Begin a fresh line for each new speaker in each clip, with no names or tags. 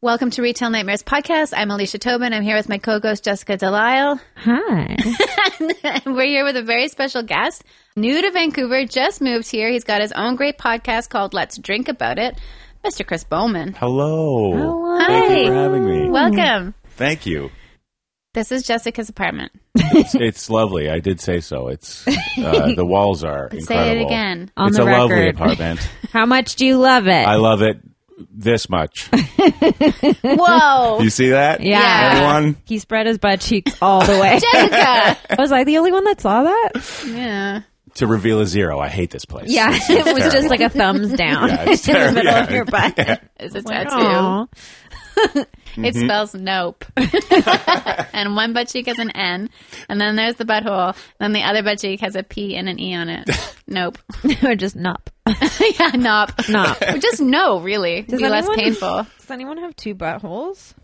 Welcome to Retail Nightmares Podcast. I'm Alicia Tobin. I'm here with my co-host Jessica Delisle.
Hi.
And we're here with a very special guest, new to Vancouver, just moved here. He's got his own great podcast called Let's Drink About It, Mr. Chris Bowman.
Hello.
Hello.
Thank
Hi.
you for having me.
Welcome.
Thank you.
This is Jessica's apartment.
It's, it's lovely. I did say so. It's uh, the walls are incredible.
Say it again.
On
it's
the
a lovely
record.
apartment.
How much do you love it?
I love it this much.
Whoa.
You see that?
yeah.
Everyone.
He spread his butt cheeks all the way.
Jessica.
I was like the only one that saw that.
Yeah.
To reveal a zero. I hate this place.
Yeah,
It's-
it
it's
was just
terrible.
like a thumbs down
Yeah,
in
it's
the
terrible.
middle of
Yeah.
your butt.
It's a
Like,
tattoo.
aw.
It
Mm-hmm.
spells nope. and one butt cheek has an N, and then there's the butthole. Then the other butt cheek has a P and an E on it. Nope.
or just nup,
yeah, nope.
nup.
Just no, really. It'd
Does
be less
anyone-
painful.
Does anyone have two buttholes?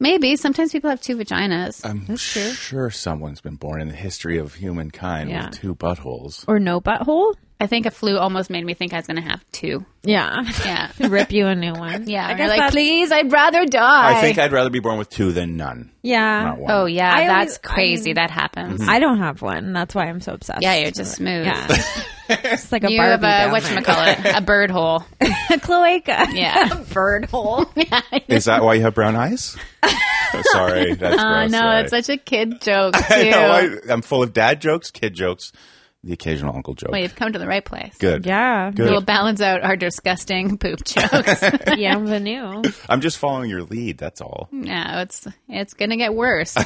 Maybe. Sometimes people have two vaginas.
I'm sure someone's been born in the history of humankind
Yeah.
with two buttholes.
Or no butthole?
I think a flu almost made me think I was going to have two.
Yeah,
Yeah.
rip you a new one.
Yeah.
I
I
guess
like,
that's-
please, I'd rather die.
I think I'd rather be born with two than none.
yeah.
Not one. Mm-hmm.
oh, yeah.
I
that's
always-
crazy. that happens.
I don't have one. That's why I'm so obsessed.
yeah, you're just smooth.
yeah. it's like a
You have
Barbie.
a,
down there.
whatchamacallit, a bird hole.
a cloaca.
Yeah.
A bird hole.
Is that why you have brown eyes? Sorry. That's
I
Uh,
gross.
know
Sorry.
it's such a kid joke too.
I know. I, I'm full of dad jokes, kid jokes, the occasional uncle joke.
well, you've come to the right place.
Good.
Yeah.
Good.
We'll balance out our disgusting poop jokes.
Bienvenue.
I'm just following your lead. That's all.
no, it's it's gonna get worse.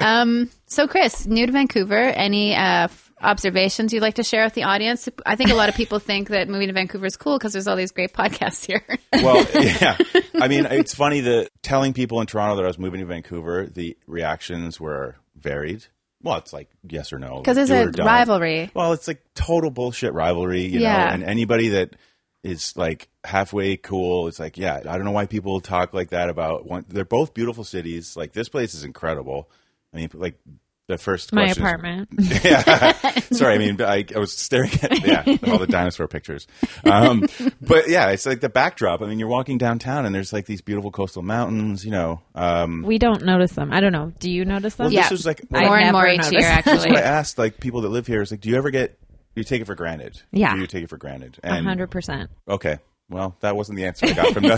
um, so, Chris, new to Vancouver, any uh, f- observations you'd like to share with the audience? I think a lot of people think that moving to Vancouver is cool because there's all these great podcasts here.
Well, yeah. I mean, it's funny that telling people in Toronto that I was moving to Vancouver, the reactions were varied. Well, it's like yes or no.
Because there's
like, do
a
or don't.
rivalry.
Well, it's like total bullshit rivalry, you
Yeah.
know. And anybody that is like halfway cool, it's like, yeah, I don't know why people talk like that about one. They're both beautiful cities. Like this place is incredible. I mean, like the first
My
question is-
apartment.
yeah. Sorry, I mean, I, I was staring at yeah, all the dinosaur pictures. Um, but yeah, it's like the backdrop. I mean, you're walking downtown and there's like these beautiful coastal mountains, you know. Um,
We don't notice them. I don't know. Do you notice them?
well,
Yeah.
this was like what,
I
More and
never
more each year,
noticed.
actually.
I asked like people that live here is like, do you ever get, do you take it for granted?
Yeah.
Do you take it for granted?
A hundred percent.
Okay. Well, that wasn't the answer I got from the,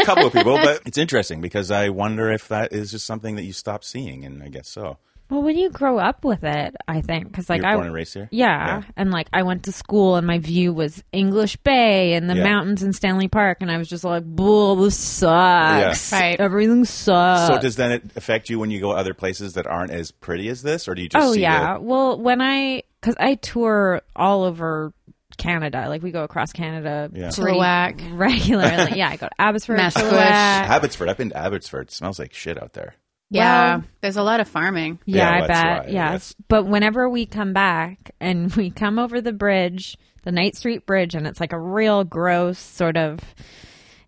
a couple of people, but it's interesting because I wonder if that is just something that you stop seeing, and I guess so.
Well, when you grow up with it, I think because like
You're
I,
born and raised here?
yeah,
Yeah.
and like I went to school and my view was English Bay and the
Yeah.
mountains in Stanley Park, and I was just like, "Bull, this sucks.
Yeah. Right.
Everything sucks."
Uh,
So does then it affect you when you go other places that aren't as pretty as this, or do you just
oh
see
yeah.
the,
Well, when I because I tour all over Canada, like we go across Canada
Yeah.
pretty
Chilliwack.
regularly. yeah, I go to Abbotsford,
Masquesh. Uh,
Chilliwack.
Abbotsford? I've been to Abbotsford. It smells like shit out there.
Yeah, there's a lot of farming.
Yeah,
Yeah,
I
that's
bet.
why,
yes.
that's-
But whenever we come back and we come over the bridge, the Knight Street Bridge, and it's like a real gross sort of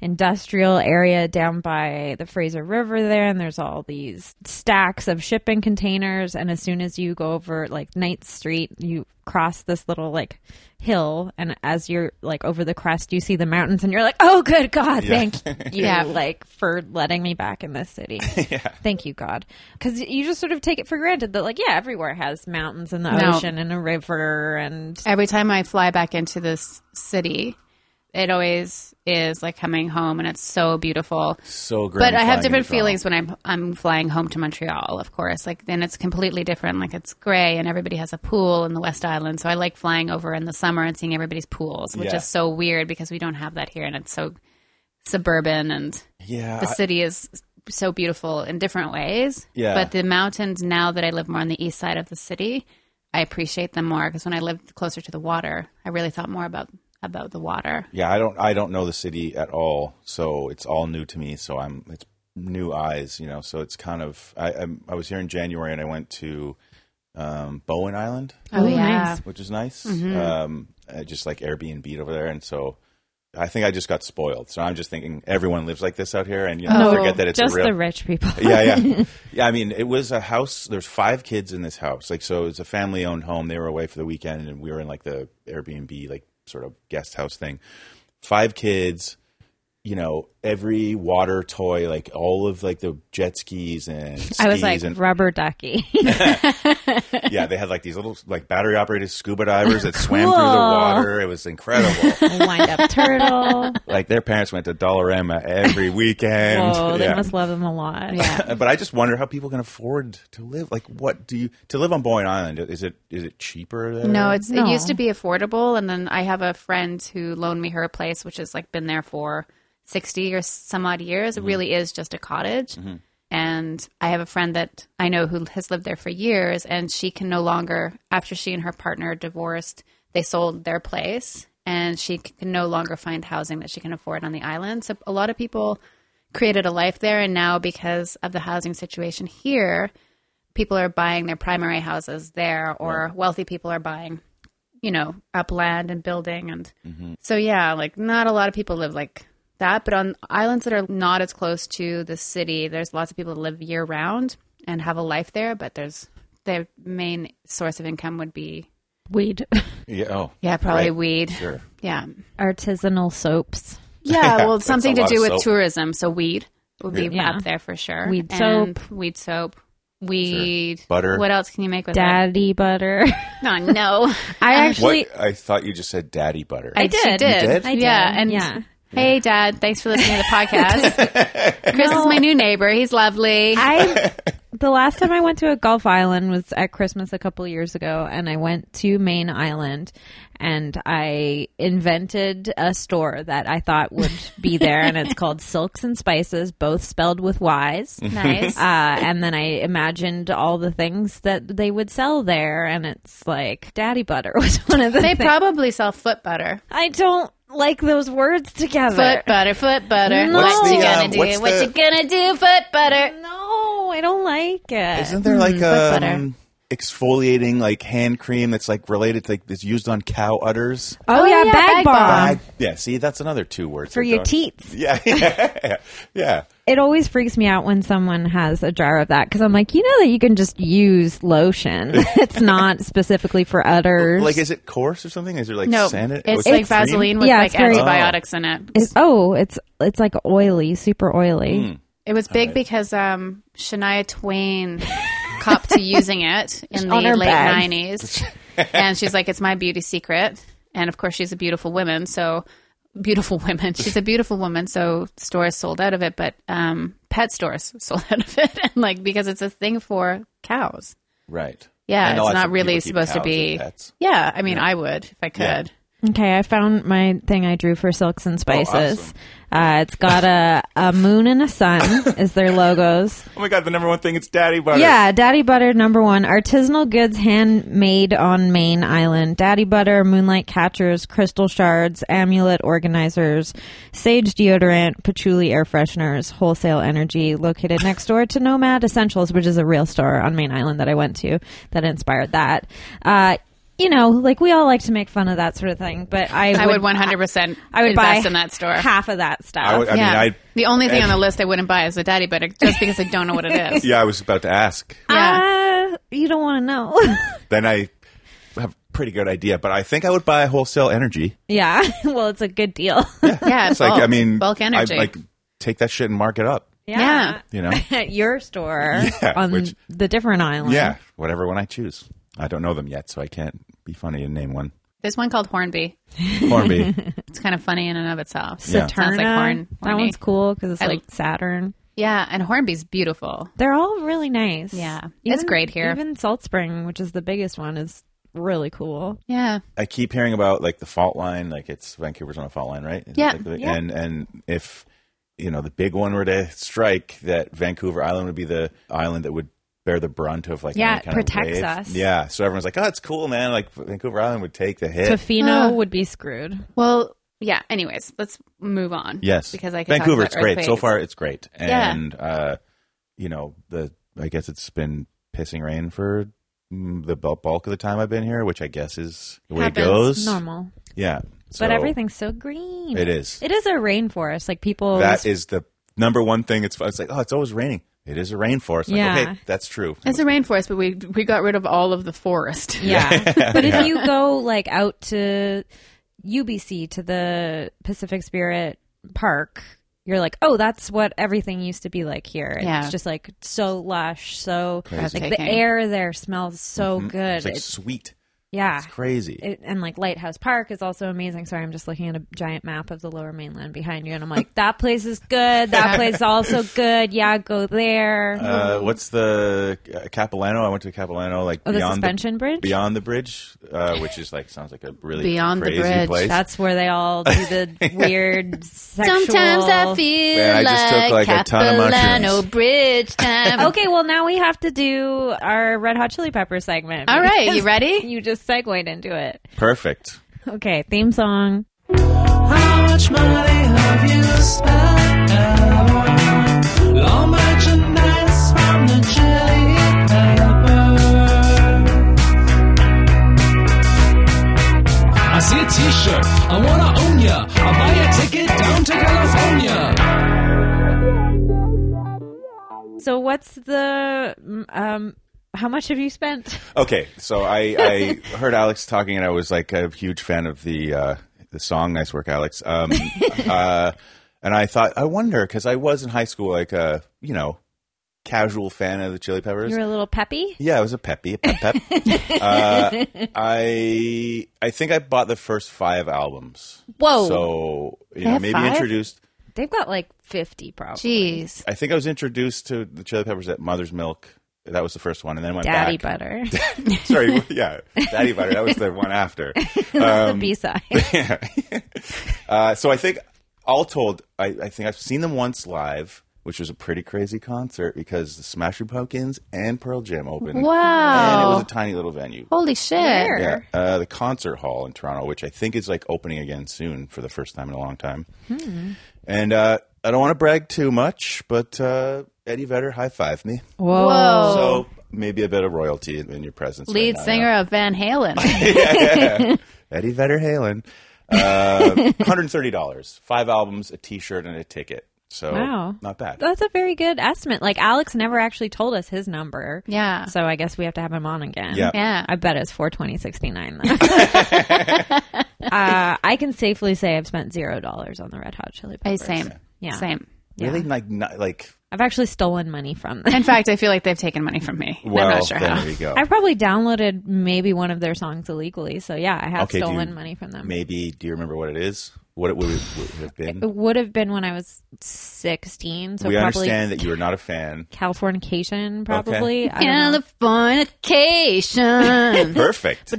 industrial area down by the Fraser River there, and there's all these stacks of shipping containers. And as soon as you go over like Knight Street, you cross this little like hill, and as you're like over the crest, you see the mountains, and you're like, oh, good God, thank you,
Yeah.
like for letting me back in this city. Thank you, God. Because you just sort of take it for granted that, like, yeah, everywhere has mountains and the
No.
ocean and a river and.
Every time I fly back into this city, it always is like coming home, and it's so beautiful.
So great.
But I have
flying
different
into Toronto.
feelings when I'm I'm flying home to Montreal, of course. Like then it's completely different. Like it's gray and everybody has a pool in the West Island. So I like flying over in the summer and seeing everybody's pools, which
Yeah.
is so weird because we don't have that here and it's so suburban and
Yeah,
the city is so beautiful in different ways.
Yeah.
But the mountains now that I live more on the east side of the city, I appreciate them more because when I lived closer to the water, I really thought more about about the water.
yeah. I don't. I don't know the city at all, so it's all new to me. So I'm. It's new eyes, you know. So it's kind of. I I'm, I was here in January, and I went to um, Bowen Island,
Oh, nice.
Mm-hmm.
which is nice. Um, I just like Airbnb over there, and so I think I just got spoiled. So I'm just thinking everyone lives like this out here, and you know,
No,
forget that it's
just
a real.
the rich people.
yeah, yeah, yeah. I mean, it was a house. There's five kids in this house. Like, so it's a family owned home. They were away for the weekend, and we were in like the Airbnb, like sort of guest house thing. Five kids. You know, every water toy, like all of like the jet skis and skis
I was like
and
rubber ducky.
yeah, they had like these little like battery operated scuba divers that swam through the
Cool.
water. It was incredible.
wind up turtle.
like their parents went to Dollarama every weekend.
Whoa, Oh, they
Yeah.
must love them a lot.
Yeah.
but I just wonder how people can afford to live. Like, what do you to live on Boyne Island? Is it is it cheaper? There?
No, it's
No.
it used to be affordable, and then I have a friend who loaned me her place, which has like been there for sixty or some odd years. It really is just a cottage. And I have a friend that I know who has lived there for years, and she can no longer. After she and her partner divorced, they sold their place, and she c- can no longer find housing that she can afford on the island. So a lot of people created a life there, and now because of the housing situation here, people are buying their primary houses there or wealthy people are buying you know up land and building and
Mm-hmm.
so yeah like not a lot of people live like that but on islands that are not as close to the city there's lots of people that live year round and have a life there but there's their main source of income would be
Weed.
yeah, oh,
yeah probably
Right.
weed
sure.
yeah
Artisanal soaps.
yeah, well,
that's
it's something
a
to
lot
do
of
with
soap.
tourism. So weed would be
Yeah.
up there for sure.
Weed
And weed soap, weed
Butter.
What else can you make with that?
Daddy butter.
No, no.
What
I actually
I thought you just said, daddy butter.
I
You
did.
did?
I did.
Yeah. And
Yeah.
hey, Dad, thanks for listening to the podcast. Chris is my new neighbor. He's lovely.
I the last time I went to a Gulf Island was at Christmas a couple years ago, and I went to Main Island, and I invented a store that I thought would be there, and it's called Silks and Spices, both spelled with Y's.
nice.
Uh, and then I imagined all the things that they would sell there, and it's like daddy butter was one of the.
they
things.
probably sell foot butter.
I don't like those words together.
Foot butter, foot butter.
No. What's
What you
the,
gonna
uh,
do?
what's
What
the-
you gonna do? Foot butter.
no, I don't like it.
Isn't there like
Mm-hmm, butter.
um, exfoliating like hand cream that's like related to like it's used on cow udders?
oh,
Oh,
yeah,
yeah,
bag,
bag
bomb.
bomb.
I- yeah, see, that's another two words
for
that
your
don't-
teats.
Yeah, yeah, yeah.
It always freaks me out when someone has a jar of that because I'm like, you know that you can just use lotion. it's not specifically for udders.
Like, is it coarse or something? Is there like
No,
sanit-
it's
oh,
like
cream?
Vaseline with
Yeah,
like
it's very-
antibiotics in it.
It's- oh, it's it's like oily, super oily.
It was big because um, Shania Twain copped to using it in the
On her
late
bags.
nineties, and she's like, "It's my beauty secret." And of course, she's a beautiful woman, so beautiful woman. She's a beautiful woman, so stores sold out of it, but um, pet stores sold out of it, and like because it's a thing for cows.
Right.
Yeah,
I know
it's
lots
not
of
really
people keep
supposed to
cows as
be.
pets.
Yeah, I mean, I would if I could.
Yeah.
Okay, I found my thing I drew for Silks and Spices.
Hmm. Oh, awesome.
uh, it's got a, a moon and a sun is their logos.
Oh my god, the number one thing is daddy butter.
Yeah, Daddy Butter number one. Artisanal goods handmade on Main Island. Daddy Butter, moonlight catchers, crystal shards, amulet organizers, sage deodorant, patchouli air fresheners, wholesale energy, located next door to Nomad Essentials, which is a real store on Main Island that I went to that inspired that. Uh, you know, like we all like to make fun of that sort of thing, but I,
I would one hundred percent.
uh, I would buy
invest in that store.
half of that stuff. Uh,
I, would, I
yeah,
mean, I
the only thing on the list I wouldn't buy is the daddy butter, just because I don't know what it is.
yeah, I was about to ask.
yeah.
Uh, you don't want to know.
Then I have a pretty good idea, but I think I would buy wholesale energy.
yeah, well, it's a good deal.
Yeah,
It's
Oh,
like I mean,
bulk energy.
I, like take that shit and mark it up.
Yeah.
You know?
At your store
Yeah,
on
which-
the different island.
Yeah, whatever one I choose. I don't know them yet, so I can't be funny and name one.
There's one called Hornby.
Hornby.
It's kind of funny in and of itself.
Yeah.
Saturna.
Sounds like horn.
that
horny.
one's cool because it's
I
like,
like-
Saturn.
Yeah, and Hornby's beautiful.
They're all really nice.
Yeah. It's great here.
Even Salt Spring, which is the biggest one, is really cool.
Yeah.
I keep hearing about like the fault line, like it's Vancouver's on a fault line, right? Is it
Yeah.
like the-
Yeah.
And and if you know the big one were to strike, that Vancouver Island would be the island that would bear the brunt of like
Yeah,
any
it
kind
protects
of wave.
us.
Yeah, so everyone's like, oh, it's cool, man. Like Vancouver Island would take the hit.
Ah.
Tofino would be screwed.
Well, yeah. Anyways, let's move on.
yes,
Because I can
Vancouver,
talk
it's
about
great so
earthquakes.
far. It's great,
Yeah.
and uh, you know the I guess it's been pissing rain for mm, the bu- bulk of the time I've been here, which I guess is the way
Happens.
it goes.
Normal.
Yeah,
but everything's so green.
It is.
It is a rainforest. Like people.
That is the number one thing. It's it's like oh, it's always raining. It is a rainforest. Like,
Yeah.
okay, that's true.
It's a rainforest, but we we got rid of all of the forest.
Yeah. but if you go like out to UBC to the Pacific Spirit Park, you're like, oh, that's what everything used to be like here.
Yeah.
It's just like so lush, so
Crazy.
like the
Breathtaking.
air there smells so good.
Mm-hmm. It's like
It-
sweet.
yeah.
It's crazy.
It, and like Lighthouse Park is also amazing. Sorry, I'm just looking at a giant map of the Lower Mainland behind you, and I'm like, that place is good. That place is also good. Yeah, go there.
uh, what's the uh, Capilano? I went to Capilano, like
oh, the
beyond
suspension bridge.
beyond the bridge, uh, which is like sounds like a really
Beyond the
crazy
bridge.
place.
That's where they all do the weird sexual.
Sometimes I feel
Man, I just took,
like,
like, a ton of mushrooms.
Capilano Bridge time.
Okay, well now we have to do our Red Hot Chili Pepper segment.
All right, you
because
ready?
You just segued into it.
Perfect.
Okay, theme song.
How much money have you spent? Long merchandise from the chili pepper. I see a t-shirt, I wanna own ya. I'll buy a ticket down to California.
So what's the um? How much have you spent?
Okay, so I, I heard Alex talking, and I was like a huge fan of the uh, the song "Nice Work, Alex." Um, uh, and I thought, I wonder because I was in high school, like a you know casual fan of the Chili Peppers.
You're a little peppy.
yeah, I was a peppy, a pep pep. uh, I I think I bought the first five albums.
Whoa.
So you
They
know,
have
maybe
five?
introduced.
They've got like fifty, probably.
Jeez.
I think I was introduced to the Chili Peppers at Mother's Milk. That was the first one, and then went
Daddy
back.
butter.
Sorry, yeah, Daddy Butter. That was the one after. Um,
That's the B side.
Yeah. uh, so I think, all told, I, I think I've seen them once live, which was a pretty crazy concert because the Smashing Pumpkins and Pearl Jam opened. And it was
Wow.
a tiny little venue.
Holy shit.
Where?
Yeah, uh, the concert hall in Toronto, which I think is like opening again soon for the first time in a long time.
Hmm.
And uh, I don't want to brag too much, but uh, Eddie Vedder high five me.
Whoa.
Whoa.
So maybe a bit of royalty in, in your presence. right
Oh. Lead
now,
singer
yeah.
of Van Halen.
Eddie Vedder Halen. Uh, $130, five albums, a t shirt, and a ticket. So
Wow.
not bad.
That's a very good estimate. Like Alex never actually told us his number.
Yeah.
So I guess we have to have him on again.
Yeah.
yeah.
I bet it's four twenty sixty nine. Then uh, I can safely say I've spent zero dollars on the Red Hot Chili
I
Peppers.
same.
Yeah.
Same.
Really? Like, not, like,
I've actually stolen money from them.
In fact, I feel like they've taken money from me. and
well,
I'm not sure
there
how.
we go.
I probably downloaded maybe one of their songs illegally. So yeah, I have
Okay, do you-
stolen money from them.
Maybe, do you remember what it is? What it would, would have been?
It would have been when I was sixteen. So
we
probably
understand that you are not a fan.
Californication. Probably. I don't know.
Californication.
Perfect.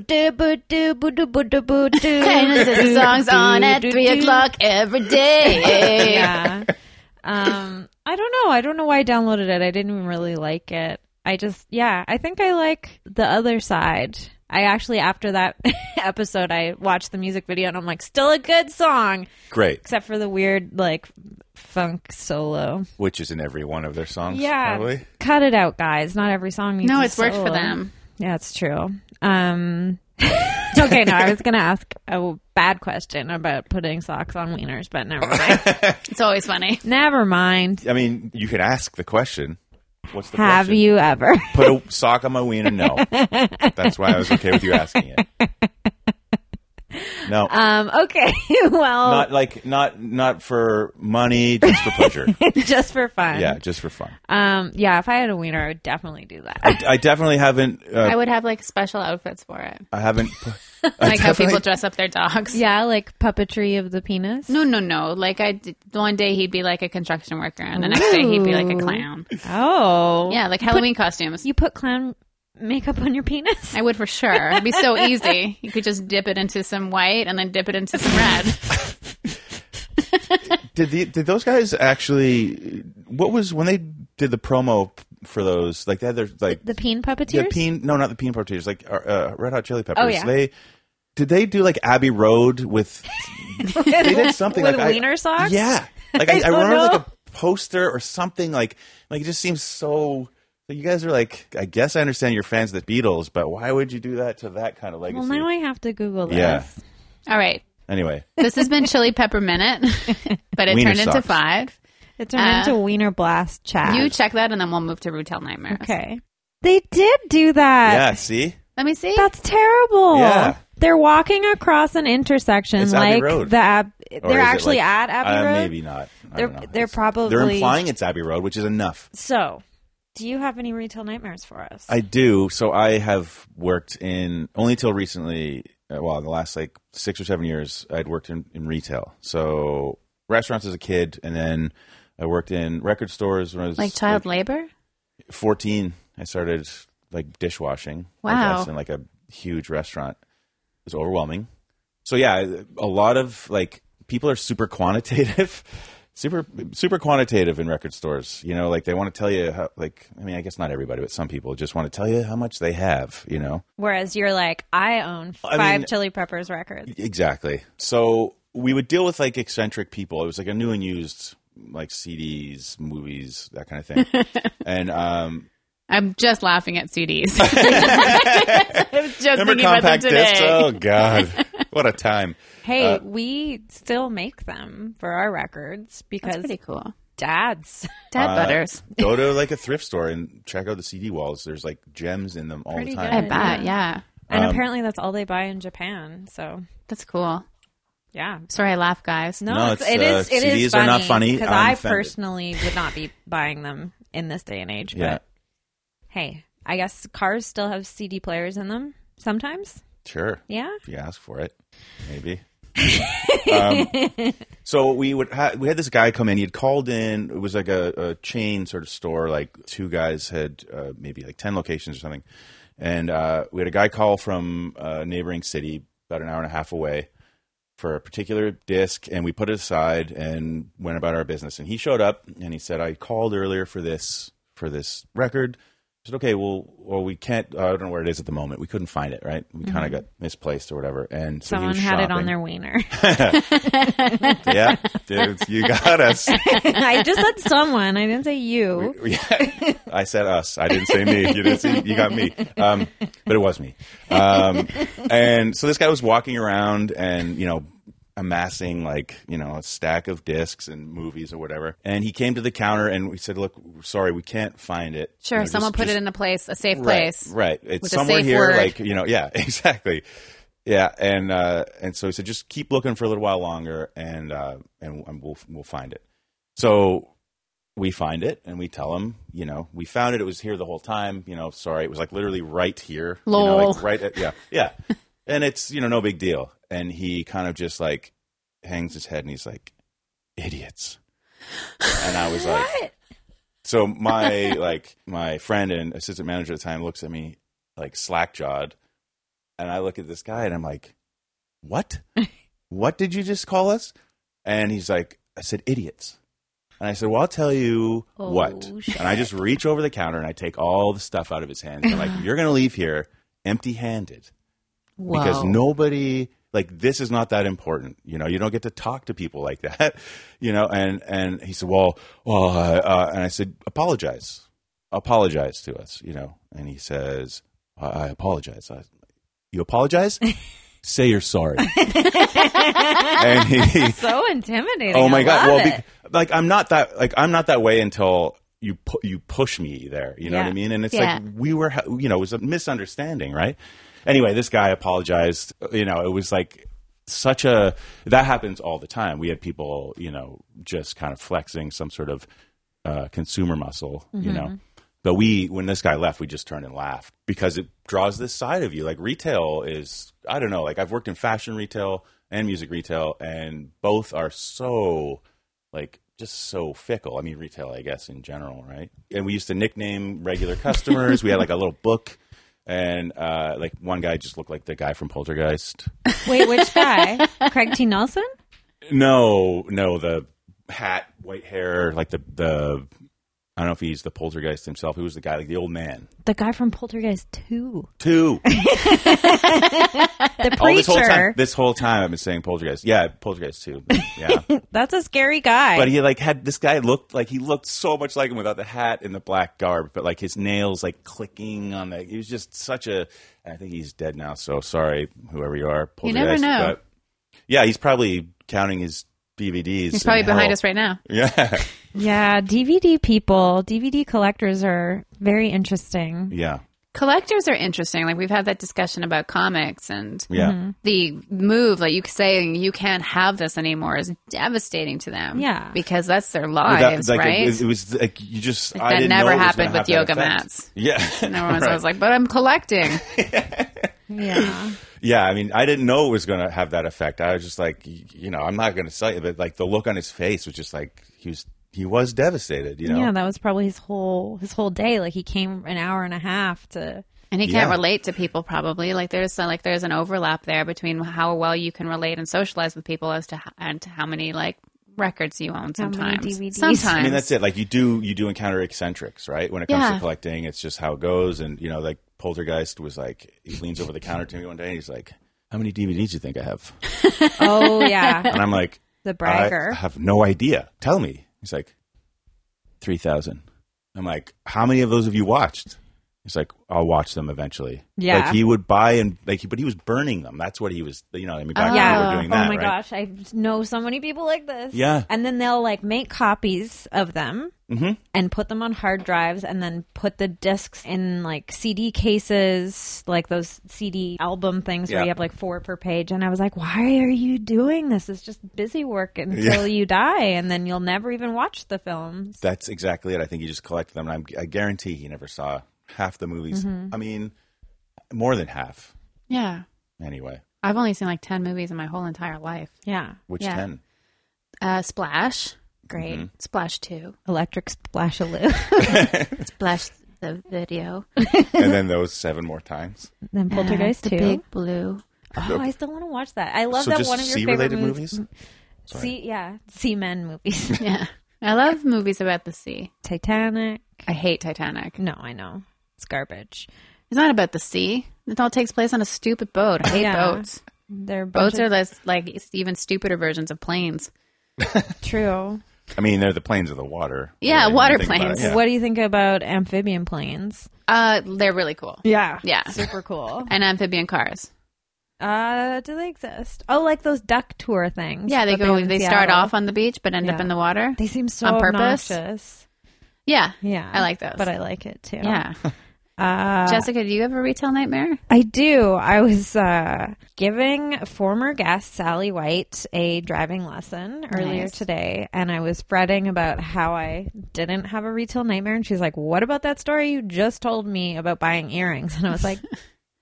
Kindness is the songs on at three o'clock every day.
yeah. Um, I don't know. I don't know why I downloaded it. I didn't even really like it. I just, yeah, I think I like the other side. I actually, after that episode, I watched the music video and I'm like, still a good song,
Great.
except for the weird, like, funk solo.
Which is in every one of their songs,
Yeah.
probably.
Cut it out, guys. Not every song needs
No,
a
it's worked for
solo.
them.
Yeah, it's true. Um, okay, no, I was going to ask a bad question about putting socks on wieners, but never mind.
It's always funny.
never mind.
I mean, you could ask the question. What's the
Have
question?
you ever?
put a sock on my wiener? No. That's why I was okay with you asking it. No.
Um, okay, well,
not like not not for money, just for pleasure.
just for fun.
yeah, just for fun.
Um, yeah, if I had a wiener, I would definitely do that.
I definitely haven't. Uh,
I would have like special outfits for it,
I haven't. pu- I
like how people
definitely-
dress up their dogs.
yeah, like puppetry of the penis.
No, no, no. Like I, did- one day he'd be like a construction worker, and the next day he'd be like a
Ooh.
clown.
Oh.
Yeah, like Halloween costumes.
You put clown makeup on your penis?
I would for sure. It'd be so easy. You could just dip it into some white and then dip it into some red.
Did the did those guys actually? What was when they did the promo for those? Like they had their like
The peen
yeah,
puppeteers?
peen. No, not the peen tortillas. Like uh, uh, Red Hot Chili Peppers.
Oh, yeah.
They did they do like Abbey Road with? they did something
With
like I-
wiener socks?
Yeah, like I, I,
don't
remember like
know.
a poster or something. Like like it just seems so. like, You guys are like, I guess I understand you're fans of the Beatles, but why would you do that to that kind of
Well,
legacy?
now I have to Google this.
Yeah.
All right.
Anyway,
This has been Chili Pepper Minute, but it
Wiener
turned into
socks.
five.
It turned into Wiener Blast chat.
Uh, You check that, and then we'll move to Rutel Nightmares.
okay. They did do that.
yeah. See,
Let me see.
That's terrible.
Yeah.
They're walking across an intersection
It's Abbey
like
Road.
the Ab-
Or
they're
is it
actually
like-
at Abbey
uh,
Road.
Maybe not. I
They're-
don't know.
they're
It's- they're
probably-
implying it's Abbey Road, which is enough.
So, do you have any retail nightmares for us?
I do. So I have worked in only till recently. uh, Well, the last like six or seven years, I'd worked in, in retail. So restaurants as a kid, and then I worked in record stores when I was
like child labor.
fourteen. I started like dishwashing.
Wow.
I guess, in like a huge restaurant. It was overwhelming. So yeah, a lot of like people are super quantitative. Super, super quantitative in record stores. You know, like they want to tell you how. Like, I mean, I guess not everybody, but some people just want to tell you how much they have. You know,
Whereas you're like, I own
I
five
mean-
Chili Peppers records.
Exactly. So we would deal with like eccentric people. It was like a new and used like CDs, movies, that kind of thing. and um
I'm just laughing at CDs. I was just
remember
thinking about them
compact
today.
discs? Oh god. what a time. uh,
Hey, we still make them for our records
That's
because
pretty cool.
dad's
Dad
Uh,
butters.
Go to like a thrift store and check out the CD walls. There's like gems in them all
Pretty
the time.
I
good.
bet. Yeah,
Um,
and apparently that's all they buy in Japan. So,
that's cool.
yeah.
Sorry, I laugh, guys.
No,
No,
it's,
it's,
it is.
uh,
it is
CDs are not funny.
because
I'm
I
offended.
personally would not be buying them in this day and age.
Yeah.
But hey, I guess cars still have CD players in them sometimes.
Sure.
Yeah,
if you ask for it, maybe. um, so we would ha- we had this guy come in. He had called in. It was like a, a chain sort of store. Like two guys had uh, maybe like ten locations or something. And uh, we had a guy call from uh, a neighboring city about an hour and a half away for a particular disc, and we put it aside and went about our business. And he showed up and he said, "I called earlier for this for this record." I said, "Okay, well, well, we can't. I don't know where it is at the moment. We couldn't find it. Right? We kind of got misplaced or whatever." And so he
Mm-hmm. someone
was
had it on
shopping.
their wiener.
yeah, dude, you got us.
I just said someone. I didn't say you.
Yeah. I said us. I didn't say me. You didn't see. You got me. Um, but it was me. Um, and so this guy was walking around and you know amassing like you know a stack of discs and movies or whatever. And he came to the counter and we said, "Look, sorry, we can't find it.
Sure,
You know,
someone
just-
put
just-
it in a place, a safe place.
Right, right. It's
With a
somewhere
safe
here,
word.
like you know, yeah, exactly, yeah. And uh, and so he said, just keep looking for a little while longer, and uh, and, and we'll we'll find it. So we find it, and we tell him, you know, we found it. It was here the whole time. You know, sorry, it was like literally right here. you know,
Lol.
like right, at, yeah, yeah. and it's you know no big deal. And he kind of just like hangs his head, and he's like, idiots. And I was like, so my like my friend and assistant manager at the time looks at me like slack jawed, and I look at this guy and I'm like, "What? what did you just call us?" And he's like, "I said idiots," and I said, "Well, I'll tell you
Oh,
what."
shit.
And I just reach over the counter and I take all the stuff out of his hands. And I'm like, "You're gonna leave here empty-handed because nobody like this is not that important you know you don't get to talk to people like that you know and and he said well well uh, uh, and i said apologize apologize to us you know and he says i, I apologize I, you apologize say you're sorry and he
So intimidating.
oh my
I
god
love
well
it.
bec- like i'm not that like i'm not that way until you pu- you push me there you know
Yeah.
what i mean and it's
Yeah.
like we were ha- you know it was a misunderstanding right anyway this guy apologized you know it was like such a that happens all the time we had people you know just kind of flexing some sort of uh, consumer muscle you know but we when this guy left we just turned and laughed because it draws this side of you like retail is i don't know like i've worked in fashion retail and music retail and both are so like just so fickle. I mean, retail, I guess, in general, right? And we used to nickname regular customers. we had like a little book, and uh, like one guy just looked like the guy from Poltergeist.
Wait, which guy? Craig T. Nelson?
No, no, the hat, white hair, like the the. I don't know if he's the poltergeist himself. Who was the guy, like the old man?
The guy from Poltergeist 2.
Two.
The
All this whole
preacher.
time, this whole time, I've been saying poltergeist. Yeah, poltergeist two. Yeah,
That's a scary guy.
but he like had this guy looked like he looked so much like him without the hat and the black garb, but like his nails like clicking on the. He was just such a. I think he's dead now, so sorry, whoever you are.
You never
Poltergeist,
know.
But Yeah, he's probably counting his DVDs.
He's probably
in
behind
hell.
us right now.
Yeah,
Yeah, DVD people, DVD collectors are very interesting.
yeah,
Collectors are interesting. Like we've had that discussion about comics and
yeah.
the move, like you saying you can't have this anymore, is devastating to them.
Yeah.
because that's their
Well,
lives,
that- like, it-
right?
It, was like you just
Like,
I
that
didn't
never
know it was
happened
gonna
with
have that
yoga
effect.
mats.
Yeah,
and everyone's
Right.
always like, "But I'm collecting."
Yeah.
Yeah, I mean, I didn't know it was going to have that effect. I was just like, y- you know, I'm not going to sell you, but like the look on his face was just like he was he was devastated. You know,
Yeah, that was probably his whole his whole day. Like he came an hour and a half to
And he can't
Yeah.
relate to people probably. Like there's some, like there's an overlap there between how well you can relate and socialize with people as to h- and to how many like records you own
How many
sometimes.
DVDs.
Sometimes.
I mean, that's it. Like you do you do encounter eccentrics, right? When it comes
Yeah.
to collecting, it's just how it goes. And you know, like Poltergeist was like he leans over the counter to me one day and he's like, "How many DVDs do you think I have?"
Oh yeah.
And I'm like,
The
I
bragger.
have no idea. Tell me. He's like, 3,000. I'm like, how many of those have you watched? He's like, I'll watch them eventually.
Yeah.
Like he would buy and like, but he was burning them. That's what he was, you know what I mean? Back when we
yeah.
were doing that,
oh my
right?
gosh, I know so many people like this.
Yeah.
And then they'll like make copies of them
Mhm.
and put them on hard drives and then put the discs in like CD cases, like those CD album things where
Yeah.
you have like four per page. And I was like, why are you doing this? It's just busy work until you die and then you'll never even watch the films.
That's exactly it. I think he just collected them. And I'm, I guarantee he never saw half the movies.
Mm-hmm.
I mean, more than half
yeah.
anyway,
I've only seen like 10 movies in my whole entire life.
Yeah.
which
Yeah.
10.
Uh,
Mm-hmm.
Splash,
Great.
Splash 2,
Electric splashaloo.
Splash the video,
and then those seven more times.
then Poltergeist
the
too.
Big Blue.
Oh, I still want to watch that. I love
so
that
just
one of your
sea
favorite
related movies? Sorry.
Sea, yeah, sea men movies.
Yeah. I love movies about the sea.
Titanic.
I hate Titanic.
No, I know it's garbage.
It's not about the sea. It all takes place on a stupid boat. I hate
Yeah.
boats.
They're
Boats are less, like even stupider versions of planes.
true.
I mean, they're the planes of the water.
Yeah,
When you
water
think about it,
planes.
yeah.
What do you think about amphibian planes?
Uh, they're really cool.
Yeah,
Yeah.
super cool.
And amphibian cars.
uh, do they exist? Oh, like those duck tour things.
Yeah, they
that have
go.
in
They start
Seattle.
off on the beach, but end up
Yeah.
in the water.
They seem so
on purpose.
obnoxious.
Yeah,
Yeah,
I like those.
but I like it too.
yeah.
uh,
Jessica, do you have a retail nightmare?
I do. I was uh, giving former guest Sally White a driving lesson earlier
Nice.
today, and I was fretting about how I didn't have a retail nightmare. And she's like, What about that story you just told me about buying earrings? And I was like,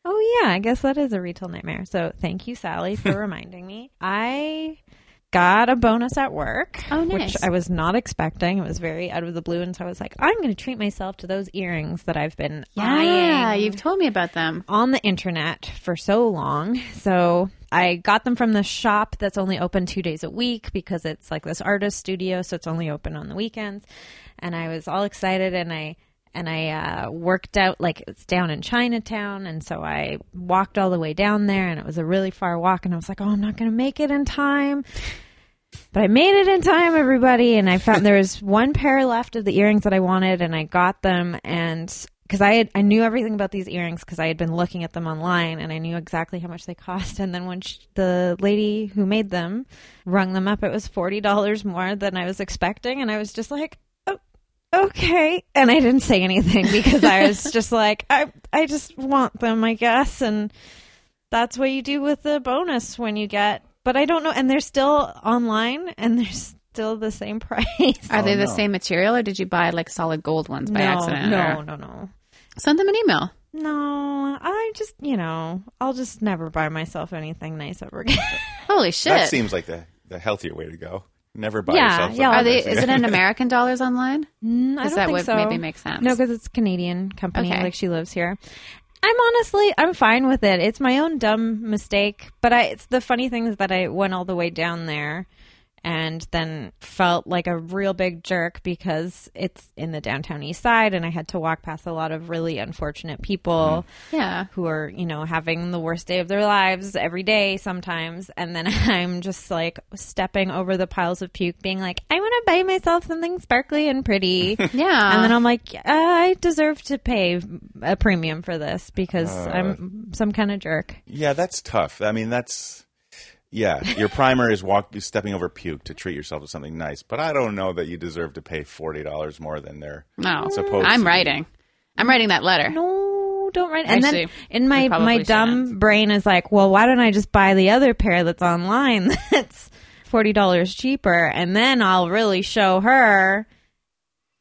Oh, yeah, I guess that is a retail nightmare. So thank you, Sally, for reminding me. I got a bonus at work,
Oh, nice.
which I was not expecting. It was very out of the blue. And so I was like, I'm going to treat myself to those earrings that I've been
Yeah,
eyeing
Ah, you've told me about them.
on the internet for so long. So I got them from the shop that's only open two days a week because it's like this artist studio, so it's only open on the weekends. And I was all excited and I and I uh, worked out like it's down in Chinatown, and so I walked all the way down there, and it was a really far walk, and I was like, oh, I'm not going to make it in time. But I made it in time, everybody, and I found there was one pair left of the earrings that I wanted, and I got them, and because I had, I knew everything about these earrings because I had been looking at them online, and I knew exactly how much they cost. And then when sh the lady who made them rung them up, it was forty dollars more than I was expecting, and I was just like, oh, okay, and I didn't say anything because I was just like, I I just want them, I guess, and that's what you do with the bonus when you get. But I don't know, and they're still online, and they're still the same price.
Are they the
Oh, no.
same material, or did you buy like solid gold ones by
no,
accident?
no,
or-
no, no,
Send them an email.
no. I just, you know, I'll just never buy myself anything nice ever again.
Holy shit!
That seems like the, the healthier way to go. Never buy
Yeah,
yourself.
yeah.
Are
something
they?
that's-
Is it in American dollars online?
Mm, I
Is
don't
that
think
what
so.
maybe makes sense?
No, because it's a Canadian company.
Okay.
Like she lives here. I'm honestly, I'm fine with it. It's my own dumb mistake, but I. It's the funny thing is that I went all the way down there, and then felt like a real big jerk because it's in the downtown east side, and I had to walk past a lot of really unfortunate people
Yeah.
who are, you know, having the worst day of their lives every day sometimes. And then I'm just like stepping over the piles of puke, being like, I want to buy myself something sparkly and pretty.
Yeah.
And then I'm like, uh, I deserve to pay a
Uh,
premium for this because I'm some kind of jerk.
Yeah, that's tough. I mean, that's Yeah, your primer is walk stepping over puke to treat yourself to something nice, but I don't know that you deserve to pay forty dollars more than they're
No,
supposed. to
I'm
be.
writing. I'm writing that letter.
No, don't write. And
Actually,
then in my
we probably
my dumb brain is like, well, why don't I just buy the other pair that's online that's forty dollars cheaper, and then I'll really show her.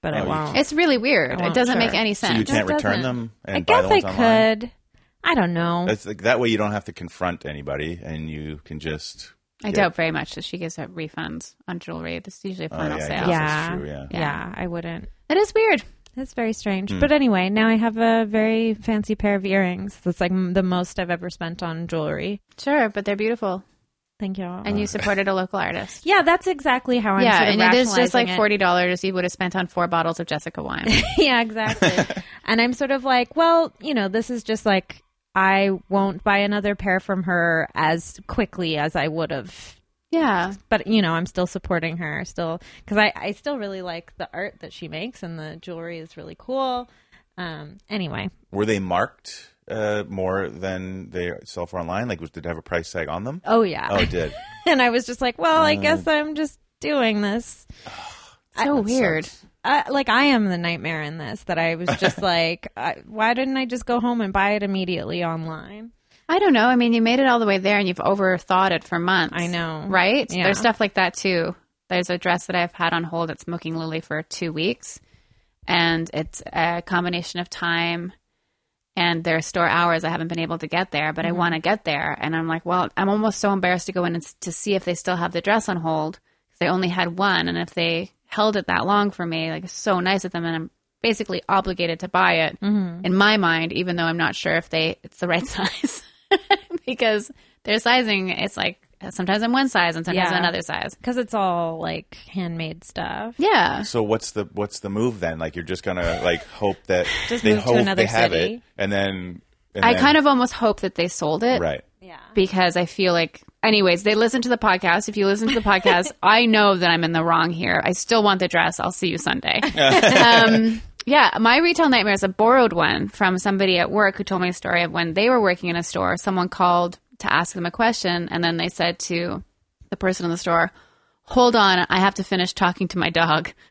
But I
Oh,
you
won't.
It's really weird. It
won't,
doesn't
Oh, sure.
make any sense.
So you can't
It
return
doesn't.
them and
I
buy
guess
the
I
ones online.
could. I don't know.
That's like, that way you don't have to confront anybody, and you can just
I doubt very much that she gives out refunds on jewelry. It's usually a
Oh,
final
yeah, I
sale.
guess.
Yeah.
yeah.
true, yeah. Hmm.
yeah, I wouldn't.
It is weird.
That's very strange. But anyway, now I have a very fancy pair of earrings. That's like m- the most I've ever spent on jewelry.
Sure, but they're beautiful.
Thank you. all.
And you
Uh.
supported a local artist.
yeah, that's exactly how I'm.
yeah,
sort of
and it is just like
rationalizing it.
forty dollars you would have spent on four bottles of Jessica wine.
yeah, exactly. and I'm sort of like, well, you know, this is just like I won't buy another pair from her as quickly as I would have.
yeah,
But you know, I'm still supporting her, still because I I still really like the art that she makes and the jewelry is really cool. Um, anyway,
were they marked uh, more than they sell for online? Like, was, did it have a price tag on them?
oh yeah,
Oh, it did.
and I was just like, well, I guess I'm just doing this.
so weird.
sucks.
I, like I am the nightmare in this that I was just like, I, why didn't I just go home and buy it immediately online?
I don't know. I mean, you made it all the way there, and you've overthought it for months.
I know.
right?
Yeah.
There's stuff like that too. There's a dress that I've had on hold at Smoking Lily for two weeks, and it's a combination of time and their store hours. I haven't been able to get there, but I want to get there, and I'm like, well, I'm almost so embarrassed to go in and s- to see if they still have the dress on hold. They only had one, and if they held it that long for me, like it's so nice of them, and I'm basically obligated to buy it in my mind, even though I'm not sure if they it's the right size because their sizing it's like sometimes I'm one size and sometimes
Yeah.
I'm another size.
Because it's all like handmade stuff.
Yeah.
So what's the what's the move then? Like, you're just gonna like hope that
Just
they
move to
hope
another
they have it,
city.
and then and
I
then-
kind of almost hope that they sold it
right.
Yeah.
because I feel like anyways, they listen to the podcast. If you listen to the podcast, I know that I'm in the wrong here. I still want the dress. I'll see you Sunday. um yeah, my retail nightmare is a borrowed one from somebody at work who told me a story of when they were working in a store, someone called to ask them a question and then they said to the person in the store, "Hold on, I have to finish talking to my dog."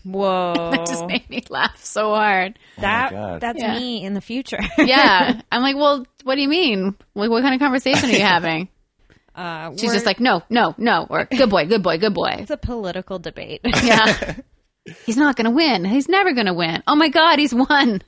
Whoa.
It just made me laugh so hard.
that
God.
that's
Yeah.
me in the future.
Yeah. I'm like, well, what do you mean? Like, what kind of conversation are you having?
Uh,
She's
we're-
just like, no, no, no, or good boy, good boy, good boy.
it's a political debate.
Yeah. he's not going to win. He's never going to win. Oh my God, he's won.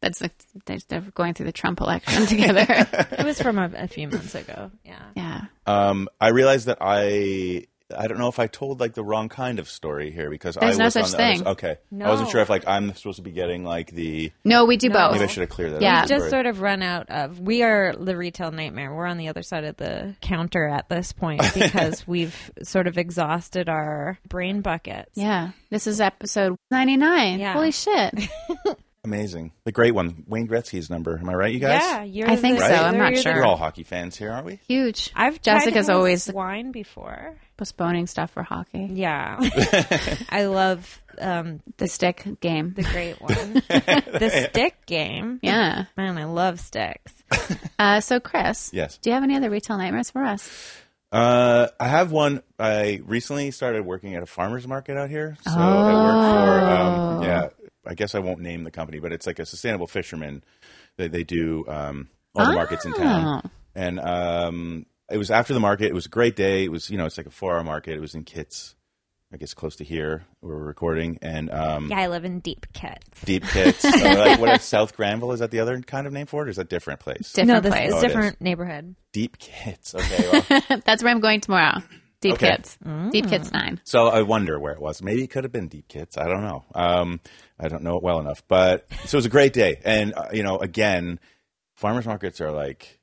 That's like, they're they're going through the Trump election together.
it was from a, a few months ago. Yeah.
yeah.
Um, I realized that I I don't know if I told like the wrong kind of story here because
There's
I
no
was
such
on the other
thing.
s- okay, I wasn't
No.
sure if like I'm supposed to be getting like the.
No, we do
No.
both.
Maybe I should have cleared that.
Yeah.
up.
Just sort of run out of. We are the retail nightmare. We're on the other side of the counter at this point because we've sort of exhausted our brain buckets.
Yeah. This is episode 99.
Yeah.
Holy shit.
amazing. The great one, Wayne Gretzky's number. Am I right, you guys?
Yeah, you're
I think
the-
so. I'm
you're
not
the-
sure.
We're all hockey fans here, aren't we?
Huge.
I've tried
Jessica's
his
always
wine before.
postponing stuff for hockey.
Yeah, I love um,
The stick game.
the great one, the stick game.
yeah.
Man, I love sticks.
Um,
Uh, so, Chris.
Yes.
Do you have any other retail nightmares for us?
Uh, I have one. I recently started working at a farmer's market out here. So I work for, um, yeah, I guess I won't name the company, but it's like a sustainable fisherman. They, they do um, all the markets in town. And um, it was after the market. It was a great day. It was, you know, it's like a four hour market. It was in Kits, I guess close to here where we're recording. And um,
Yeah, I live in deep cuts.
Deep Kits. or like, what is South Granville? Is that the other kind of name for it? Or is that a different place?
Different
no, this
place.
Oh,
is
it
different neighborhood.
Deep Kits. Okay. Well,
That's where I'm going tomorrow. Deep
Oh. Okay.
Kids.
Mm.
Deep Kids 9.
So I wonder where it was. Maybe it could have been Deep Kits. I don't know. Um, I don't know it well enough. But so it was a great day. And, uh, you know, again, farmers markets are like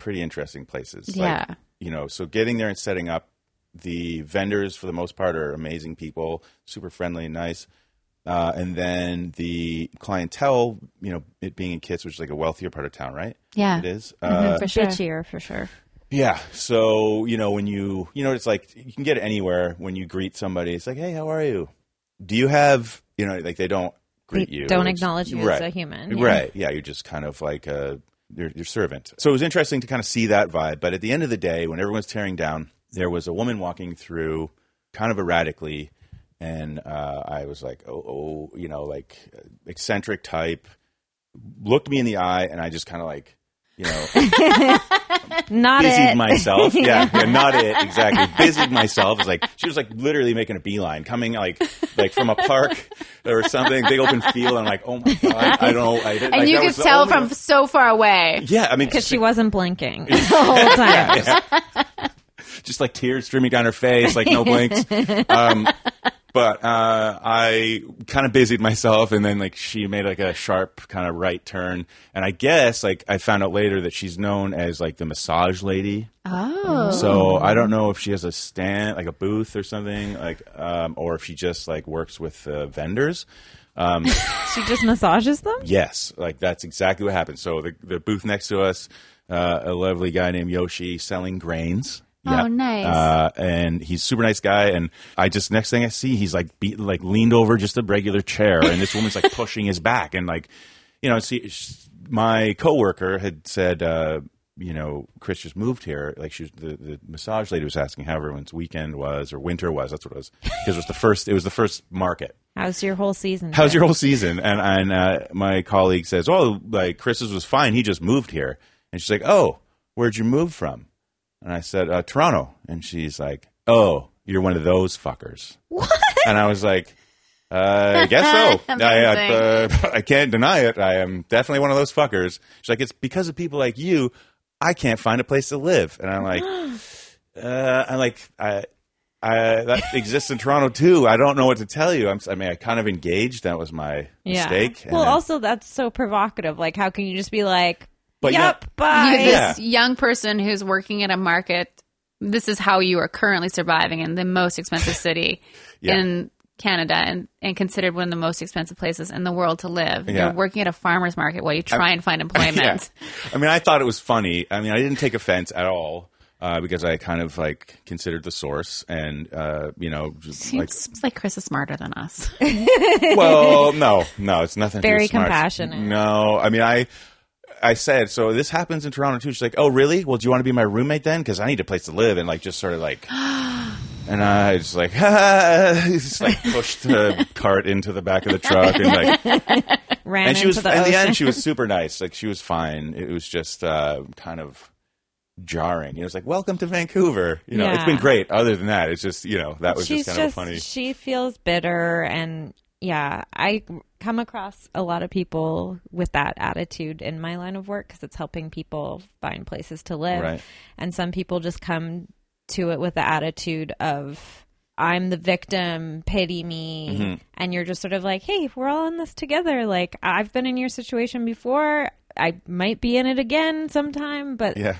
pretty interesting places.
Yeah.
Like, you know, so getting there and setting up, the vendors for the most part are amazing people, super friendly and nice. Uh, and then the clientele, you know, it being in Kits, which is like a wealthier part of town, right?
Yeah. Mm-hmm.
It is. Uh,
For sure.
Bitchier for sure.
yeah. So, you know, when you, you know, it's like you can get it anywhere when you greet somebody. It's like, hey, how are you? Do you have, you know, like they don't greet
They
you.
don't
It's-
acknowledge you as
right.
a human.
Right. Yeah. You're just kind of like a your, your servant. So it was interesting to kind of see that vibe. But at the end of the day, when everyone's tearing down, there was a woman walking through kind of erratically. And uh, I was like, oh, oh, you know, like uh, eccentric type. Looked me in the eye, and I just kind of like, you know,
Not
busied
it.
myself. Yeah, yeah, not it exactly. Busied myself. It's like she was like literally making a beeline, coming like like from a park or something, big open field. I'm like, oh my god, I don't. I didn't,
And
like,
you
that
could
was the
tell
only
from
one-
so far away.
yeah, I mean,
Because
just,
she wasn't blinking the whole time.
just like tears streaming down her face, like no blinks. um, but uh, I kind of busied myself, and then like she made like a sharp kind of right turn, and I guess like I found out later that she's known as like the massage lady.
Oh.
So I don't know if she has a stand, like a booth or something, like, um, or if she just like works with uh, vendors.
She just massages them?
Yes, like that's exactly what happened. So the the booth next to us, uh, a lovely guy named Yoshi selling grains.
Oh, nice.
Uh, and he's a super nice guy. And I just next thing I see, he's like beat, like leaned over just a regular chair, and this woman's like pushing his back, and like, you know, see, sh- my coworker had said. Uh, you know, Chris just moved here. Like she was, the, the massage lady was asking how everyone's weekend was or winter was. That's what it was because it was the first. It was the first market.
How's your whole season?
How's your whole season? And and uh, my colleague says, "Oh, like Chris's was fine. He just moved here." And she's like, "Oh, where'd you move from?" And I said, uh, "Toronto." And she's like, "Oh, you're one of those fuckers." What? And I was like, uh, "I guess so. I, I, uh, I can't deny it. I am definitely one of those fuckers." She's like, "It's because of people like you, I can't find a place to live." And I'm like, uh, "I'm like, I." I, that exists in Toronto too. I don't know what to tell you. I'm, I mean, I kind of engaged. That was my mistake. And
Well,
then-
also that's so provocative. Like, how can you just be like,
But
"Yep,
yeah.
you,
bye."
this
Yeah.
young person who's working at a market, this is how you are currently surviving in the most expensive city
Yeah.
in Canada and, and considered one of the most expensive places in the world to live.
Yeah.
You're working at a farmer's market while you try and find employment.
Yeah. I mean, I thought it was funny. I mean, I didn't take offense at all uh, because I kind of like considered the source and, uh, you know, just like,
Seems like, Chris is smarter than us.
well, no, no, it's nothing. to do
Very
with smarts.
compassionate.
No, I mean, I, I said, so this happens in Toronto too. She's like, oh, really? Well, do you want to be my roommate then? Because I need a place to live. And like, just sort of like, and I just like, just like pushed the cart into the back of the truck and like,
Ran
and she
into
was
the
in
ocean.
the end she was super nice like she was fine it was just uh, kind of jarring it was like welcome to vancouver you know it's
Yeah.
been great other than that it's just you know that was
She's
just kind of a funny
She feels bitter, and yeah, I come across a lot of people with that attitude in my line of work because it's helping people find places to live,
Right.
and some people just come to it with the attitude of. I'm the victim, pity me.
Mm-hmm.
And you're just sort of like, hey, we're all in this together. Like, I've been in your situation before. I might be in it again sometime, but
yeah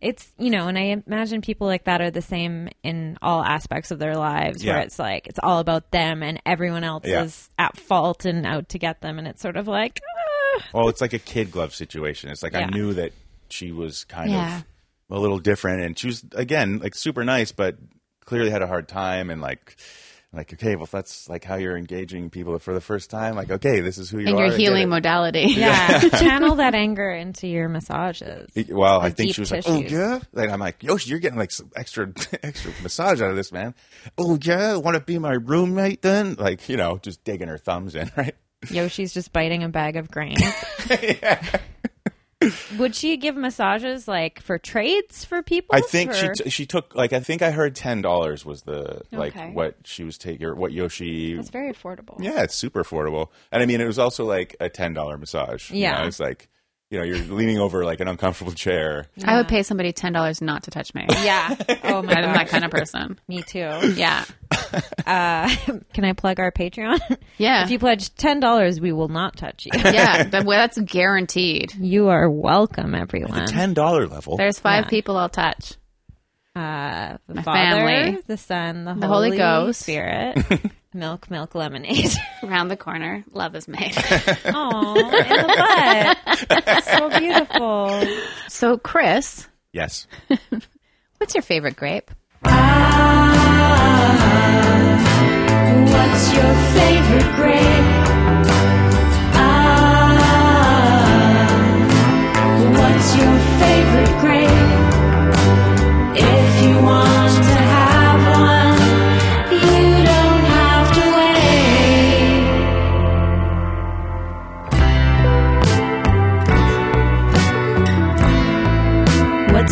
it's you know and i imagine people like that are the same in all aspects of their lives
Yeah.
where it's like it's all about them and everyone else
Yeah.
is at fault and out to get them and it's sort of like ah.
well Oh, it's like a kid glove situation it's like i
Yeah.
knew that she was kind
Yeah.
of a little different and she was again like super nice but clearly had a hard time and like like okay well if that's like how you're engaging people for the first time like okay this is who you
and
are
your
I get it.
healing modality.
yeah channel that anger into your massages
It- Well, I think
deep
she was like, "Oh
tissues.
yeah," like I'm like, "Yoshi, you're getting like some extra extra massage out of this, man." Oh yeah, want to be my roommate then? Like you know, just digging her thumbs in, right?
yoshi's just biting a bag of grain would she give massages like for trades for people
I think she
For-
t- she took like I think I heard ten dollars was the like
Okay.
what she was taking or what Yoshi.
it's very affordable
yeah, it's super affordable, and I mean it was also like a ten dollar massage. you
Yeah.
know? it's like you know you're leaning over like an uncomfortable chair.
I would pay somebody ten dollars not to touch me.
yeah oh my
I'm
god
that kind of person.
me too Uh,
Yeah.
can i plug our patreon
Yeah.
If you pledge ten dollars, we will not touch you.
yeah. But well, that's guaranteed.
you are welcome, everyone.
The ten dollar level.
There's five people I'll touch.
uh, the
My
Father,
family.
the Son, the,
The Holy
Holy,
Ghost.
Spirit, milk, milk, lemonade.
Around the corner, love is made.
Oh, in the butt. It's so beautiful.
so, Chris,
yes,
What's your favorite grape?
What's your favorite grape? Ah, what's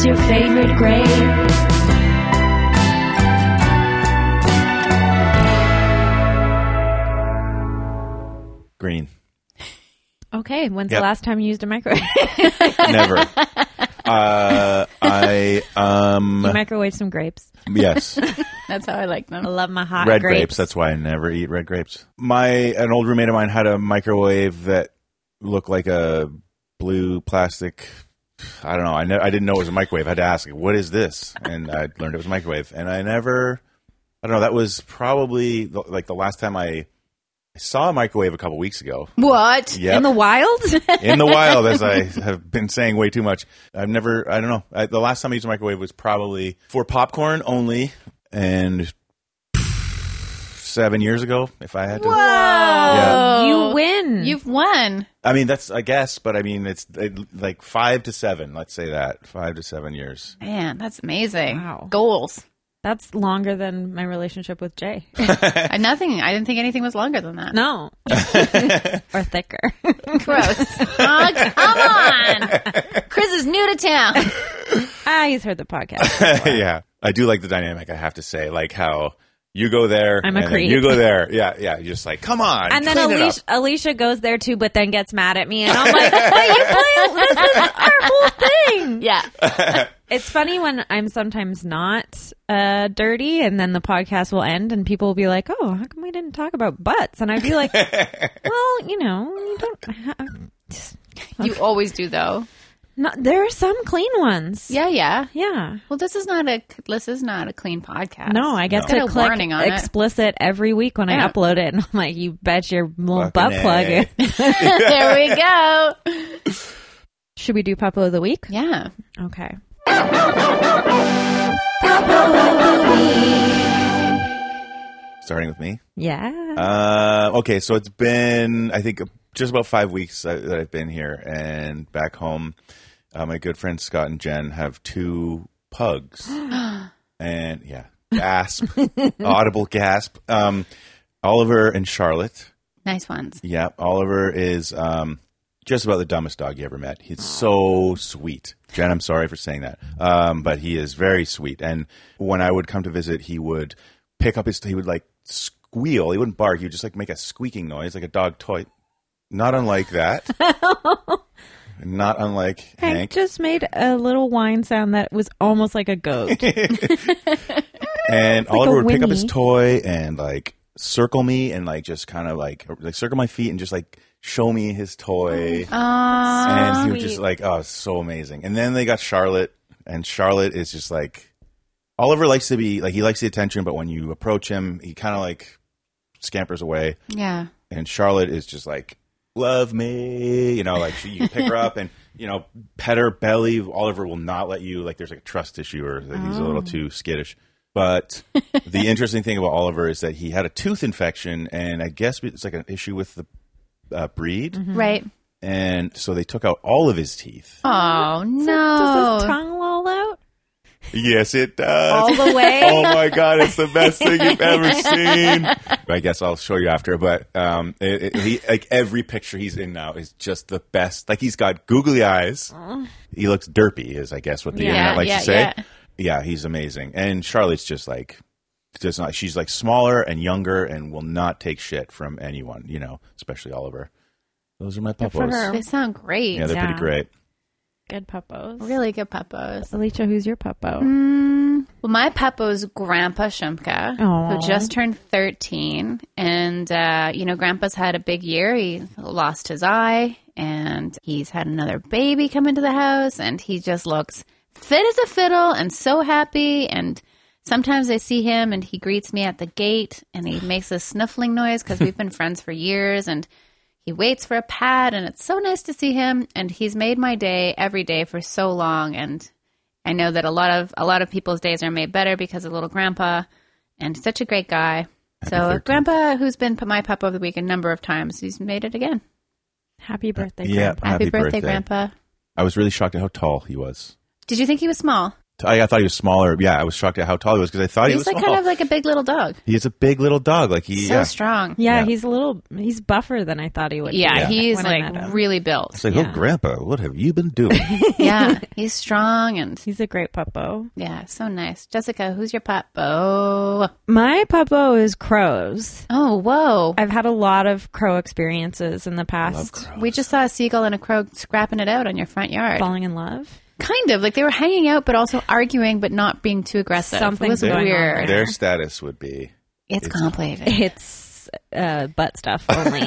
your favorite grade?
Green.
Okay, when's
Yep.
the last time you used a microwave?
Never. uh, I um
you microwave some grapes.
yes.
That's how I like them.
I love my hot
red grapes. That's why I never eat red grapes. My an old roommate of mine had a microwave that looked like a blue plastic. I don't know. I ne- I didn't know it was a microwave. I had to ask, what is this? And I learned it was a microwave. And I never. I don't know. That was probably the, like the last time I I saw a microwave a couple weeks ago
What?
Yep.
in the wild.
in the wild, as I have been saying way too much. I've never, I don't know. I, the last time I used a microwave was probably for popcorn only, and seven years ago, if I had to.
Oh.
you win.
You've won.
I mean, that's I guess, but I mean, it's it, like five to seven. Let's say that five to seven years.
Man, that's amazing.
Wow.
Goals.
That's longer than my relationship with Jay.
Uh, Nothing. I didn't think anything was longer than that.
No, or thicker.
Gross. oh, come on. Chris is new to town.
ah, he's heard the podcast.
yeah, I do like the dynamic. I have to say, like how. You go there.
I'm a
and then
creep.
You go there. Yeah, yeah. You're just like, come on.
And then
clean it up.
Alicia, Alicia goes there too, but then gets mad at me, and I'm like, "But you play this is our whole thing."
Yeah.
It's funny when I'm sometimes not uh, dirty, and then the podcast will end, and people will be like, "Oh, how come we didn't talk about butts?" And I'd be like, "Well, you know, you don't."
You always do, though.
No, there are some clean ones.
Yeah, yeah.
yeah.
Well, this is not a this is not a clean podcast.
No, I get
No. Put
to
a
click
warning on it.
explicit every week when
Yeah.
I upload it, and I'm like, "You bet your little
Fucking
butt plug."
A.
is."
there we go.
Should we do Papo of the Week?
Yeah.
Okay.
Starting with me.
Yeah.
Uh, okay, so it's been I think just about five weeks that that I've been here and back home. Uh, my good friends Scott and Jen have two pugs, and yeah, gasp, audible gasp. Um, Oliver and Charlotte.
Nice ones.
Yeah, Oliver is um, just about the dumbest dog you ever met. He's so sweet. Jen, I'm sorry for saying that, um, but he is very sweet. And when I would come to visit, he would pick up his. He would like squeal. He wouldn't bark. He would just like make a squeaking noise, like a dog toy. Not unlike that. Not unlike
Hank
Hank.
just made a little whine sound that was almost like a goat.
and
a
Oliver would pick up his
whinny.
toy and like circle me and like just kind of like like circle my feet and just like show me his toy.
Oh,
Uh,
and he was
Sweet.
just like, oh, it's so amazing. And then they got Charlotte, and Charlotte is just like, Oliver likes to be like he likes the attention, but when you approach him, he kind of like scampers away.
yeah.
And Charlotte is just like, love me, you know, like she, you pick her up and you know pet her belly. Oliver will not let you. Like there's like a trust issue, or that he's a little too skittish. But the interesting thing about Oliver is that he had a tooth infection, and I guess it's like an issue with the uh, breed
Right.
and so they took out all of his teeth.
Oh
Does his
no.
tongue loll out
Yes, it does.
all the way?
oh my god, it's the best thing you've ever seen. I guess I'll show you after, but um, it, it- he like every picture he's in now is just the best. Like he's got googly eyes.
Uh-huh.
He looks derpy, is I guess what the
Yeah,
internet likes
yeah,
to say.
yeah.
Yeah. he's amazing, and Charlotte's just like does not. She's like smaller and younger, and will not take shit from anyone. You know, especially Oliver. Those are my
for her.
puppos.
They sound great.
Yeah, they're
Yeah.
pretty great.
Good puppos.
Really good puppos.
Alicia, who's your puppo?
Mm, well, my papo's grandpa Shumka,
Aw.
who just turned 13. And, uh, you know, grandpa's had a big year. He lost his eye and he's had another baby come into the house. And he just looks fit as a fiddle and so happy. And sometimes I see him and he greets me at the gate and he makes a sniffling noise because we've been friends for years. And he waits for a pad and it's so nice to see him and he's made my day every day for so long and I know that a lot of a lot of people's days are made better because of little grandpa and such a great guy. so grandpa who's been p- my papa of the week a number of times, he's made it again.
Happy birthday,
yeah,
Grandpa.
Happy, birthday, grandpa.
I was really shocked at how tall he was.
Did you think he was small?
I, I thought he was smaller. Yeah, I was shocked at how tall he was because I thought Oh, he
He's
was
like
small.
kind of like a big little dog.
He's a big little dog. Like he,
So
yeah.
strong.
Yeah,
Yeah.
he's a little he's buffer than I thought he would.
Yeah,
Yeah.
he's
When I met
like
him.
really built.
It's like, oh, Grandpa, what have you been doing?
yeah, he's strong and
He's a great puppo.
yeah, so nice. Jessica, who's your pop? Oh,
My puppo is crows.
oh, whoa.
I've had a lot of crow experiences in the past.
we just saw a seagull and a crow scrapping it out on your front yard.
Falling in love.
Kind of like they were hanging out, but also arguing, but not being too aggressive. it was
Something's going on
weird.
there.
Their status would be
It's, complicated.
It's uh, butt stuff only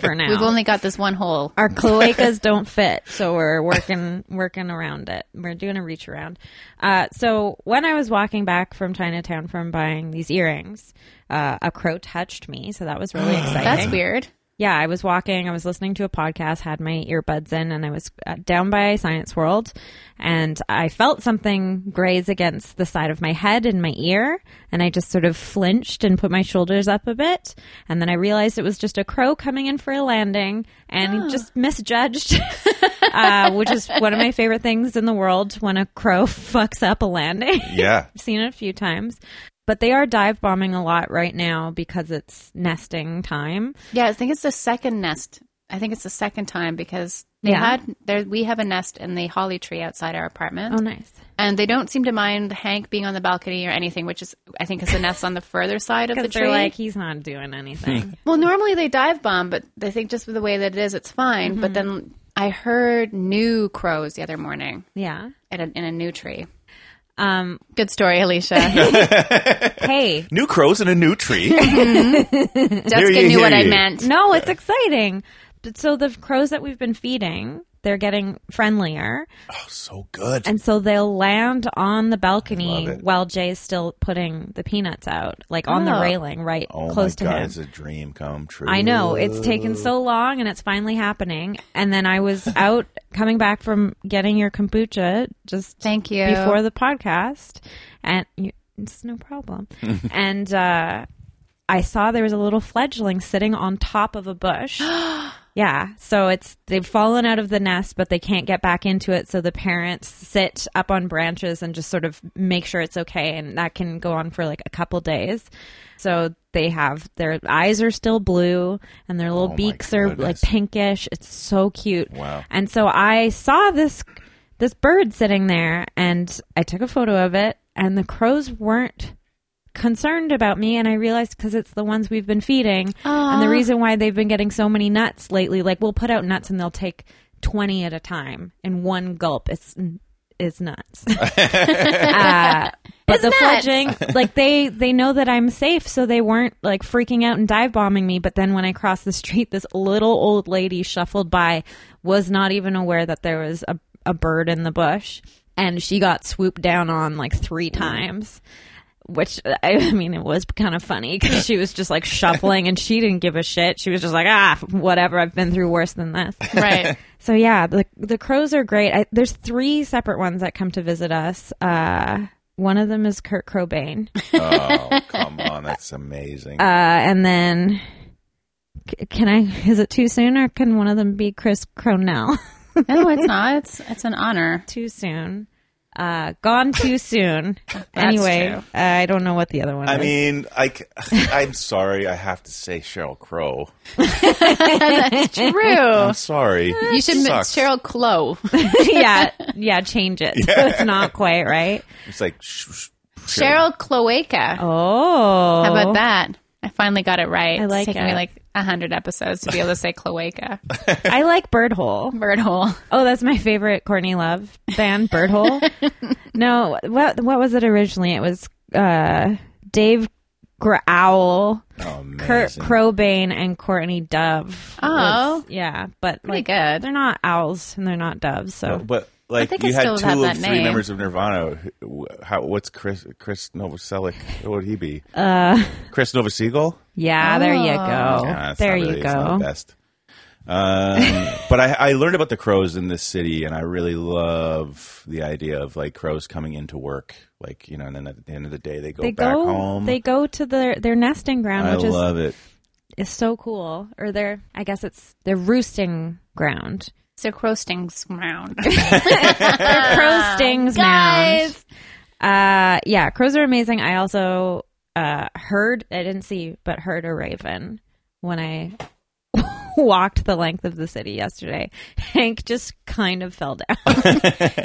for now.
We've only got this one hole.
our cloacas don't fit, so we're working working around it. We're doing a reach around. Uh, so when I was walking back from Chinatown from buying these earrings, uh, a crow touched me, so that was really exciting.
That's weird.
yeah, I was walking, I was listening to a podcast, had my earbuds in, and I was uh, down by Science World, and I felt something graze against the side of my head and my ear, and I just sort of flinched and put my shoulders up a bit, and then I realized it was just a crow coming in for a landing, and just misjudged, uh, which is one of my favorite things in the world when a crow fucks up a landing.
yeah.
I've seen it a few times. But they are dive bombing a lot right now because it's nesting time.
Yeah, I think it's the second nest. I think it's the second time because they
Yeah.
had there. We have a nest in the holly tree outside our apartment,
Oh, nice.
and they don't seem to mind Hank being on the balcony or anything, which is I think is the nest's on the further side of the
Because
tree.
they're like, he's not doing
Hmm.
anything.
Well, normally they dive bomb, but I think just with the way that it is, it's fine. But
Mm-hmm.
then I heard new crows the other morning
yeah.
at a, in a new tree.
Um,
Good story, Alicia.
hey,
New crows in a new tree. Hear
Jessica
ye,
knew
hear
what I
ye.
meant.
no, it's exciting. But so the crows that we've been feeding, they're getting friendlier.
so good.
And so they'll land on the
Love
balcony
it.
while Jay's still putting the peanuts out, like on the
Oh.
railing, right
oh
close
my
to
god,
him.
it's a dream come true.
I know it's taken so long, and it's finally happening. And then I was out coming back from getting your kombucha just
Thank you.
before the podcast, and you, it's no problem. and uh, I saw there was a little fledgling sitting on top of a bush. yeah, so it's they've fallen out of the nest, but they can't get back into it. So the parents sit up on branches and just sort of make sure it's okay, and that can go on for like a couple days. So they have their eyes are still blue, and their
Oh
little
my
beaks are like
goodness.
pinkish. It's so cute.
Wow.
And so I saw this this bird sitting there and I took a photo of it and the crows weren't concerned about me and I realized cuz it's the ones we've been feeding and the reason why they've been getting so many nuts lately like we'll put out nuts and they'll take 20 at a time in one gulp it's it's nuts. Uh, but the fledgling, like they they know that I'm safe, so they weren't like freaking out and dive bombing me. But then when I crossed the street, this little old lady shuffled by, was not even aware that there was a a bird in the bush, and she got swooped down on like three times. Which uh, I mean, it was kind of funny because she was just like shuffling, and she didn't give a shit. She was just like, ah, whatever. I've been through worse than this.
Right.
So yeah, the the crows are great. I, there's three separate ones that come to visit us. Uh, one of them is Kurt Cobain, uh,
Oh, come on, that's amazing.
Uh,
and then c- can I? Is it too soon, or can one of them be Chris Cronell?
No, it's not. It's it's an honor.
too soon. Uh, gone too soon. anyway, uh,
true.
I don't know what the other one
I
is.
mean, I, am sorry, I have to say Cheryl Crow.
True. Oh,
I'm sorry.
You should meet
Sucks.
Cheryl Clow.
yeah, yeah, change it. So it's not quite right.
It's like sh- sh-
Cheryl Cloaca.
Oh,
How about that? I finally got it right.
I like
it's taking
it.
me like hundred episodes to be able to say cloaca.
I like Bird Hole.
Bird hole.
Oh, that's my favorite Courtney Love band, Birdhole. no, what what was it originally? It was uh, Dave Growl,
Oh,
Kurt
amazing.
Cobain, and Courtney Dove.
Oh.
was- yeah, but
Pretty
like
good.
they're not owls and they're not doves. So
But like
think I
you had
still
two
have
of
that
three
name.
members of Nirvana. Who- How? What's Chris? Chris Novoselic? What would he be?
uh,
Chris Novosegel?
yeah, there you go.
Oh.
Yeah, it's
there
not
you
really- it's not
go.
best. Um, but I, I learned about the crows in this city, and I really love the idea of like crows coming into work, like you know, and then at the end of the day they go
They
back
go.
home.
They go to their their nesting ground,
I
which is
love it.
is so cool. Or their I guess it's their roosting ground.
It's a roasting ground.
crow stings mound.
Um, Guys,
Uh, yeah, crows are amazing. I also uh, heard, I didn't see, but heard a raven when I walked the length of the city yesterday. Hank just kind of fell down.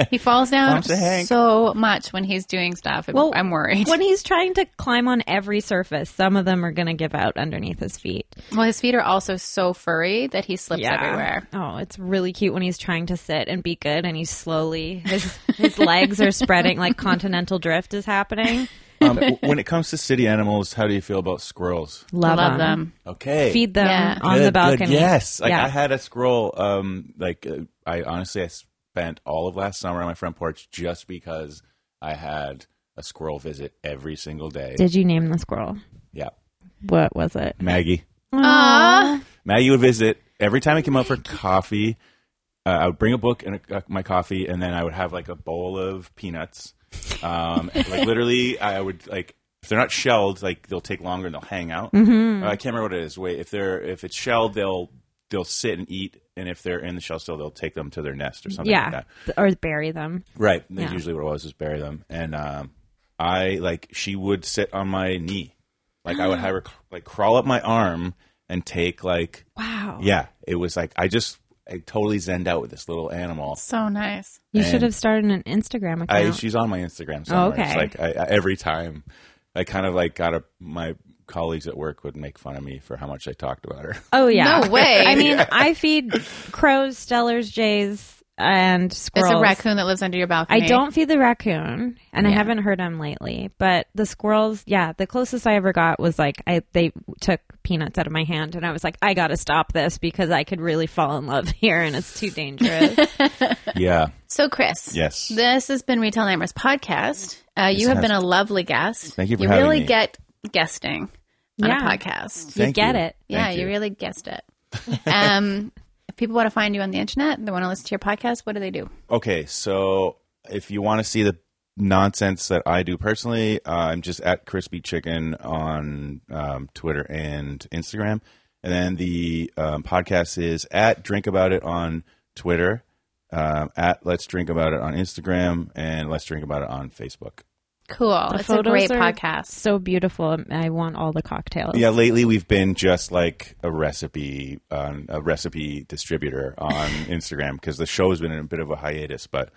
he falls down
Bumps the Hank.
so much when he's doing stuff. I'm, I'm worried.
When he's trying to climb on every surface, some of them are going to give out underneath his feet.
well, his feet are also so furry that he slips everywhere.
Oh, it's really cute when he's trying to sit and be good and he's slowly, his, his legs are spreading like continental drift is happening.
Um, w- when it comes to city animals, how do you feel about squirrels?
Love,
Love
'em.
them.
Okay.
Feed them
Yeah.
on
Good,
the
good.
balcony.
Yes, like
yeah.
I had a squirrel. Um, like uh, I honestly, I spent all of last summer on my front porch just because I had a squirrel visit every single day.
Did you name the squirrel?
yeah,
What was it?
Maggie.
Aww.
Maggie would visit every time I came up for coffee. Uh, I would bring a book and a, uh, my coffee, and then I would have like a bowl of peanuts. Um, like literally, I would like if they're not shelled, like they'll take longer and they'll hang out.
Mm-hmm.
Uh, I can't remember what it is. Wait, if they're if it's shelled, they'll they'll sit and eat, and if they're in the shell still, they'll take them to their nest or something like
yeah,
that.
Th- or bury them.
Right. That's
Yeah.
usually what it was, is bury them. And um, I, like, she would sit on my knee. Like,
Mm.
I would have her, cr- like, crawl up my arm and take, like,
Wow,
yeah, it was like, I just, I totally zenned out with this little animal.
So nice.
you
And-
should have started an Instagram account.
I, she's on my Instagram somewhere.
okay.
It's like, I, I, every time I kind of, like, got a, my colleagues at work would make fun of me for how much I talked about her.
oh yeah,
No way.
I mean, I feed crows, stellars, jays, and
There's a
squirrels.
raccoon that lives under your
I
balcony.
don't feed the raccoon, and I haven't heard him lately. But the squirrels, yeah, the closest I ever got was like I they took peanuts out of my hand, and I was like, I gotta stop this because I could really fall in love here, and it's too dangerous.
yeah.
So, Chris.
Yes.
This has been Retail Nightmares podcast. Uh, you have
has-
been a lovely guest.
Thank you for
You
having
really
me.
get guesting on
Yeah.
a podcast.
you
Thank
get it.
Yeah,
Thank
you. really guessed it. Um, if people want to find you on the internet, they want to listen to your podcast, what do they do?
Okay, so if you want to see the nonsense that I do personally, uh, I'm just at Crispy Chicken on um, Twitter and Instagram, and then the um, podcast is at Drink About It on Twitter, um, at Let's Drink About It on Instagram, and Let's Drink About It on Facebook.
Cool.
The
it's a great
photos are
podcast.
So beautiful. I want all the cocktails.
Yeah, lately we've been just like a recipe, um, a recipe distributor on Instagram because the show's been in a bit of a hiatus, but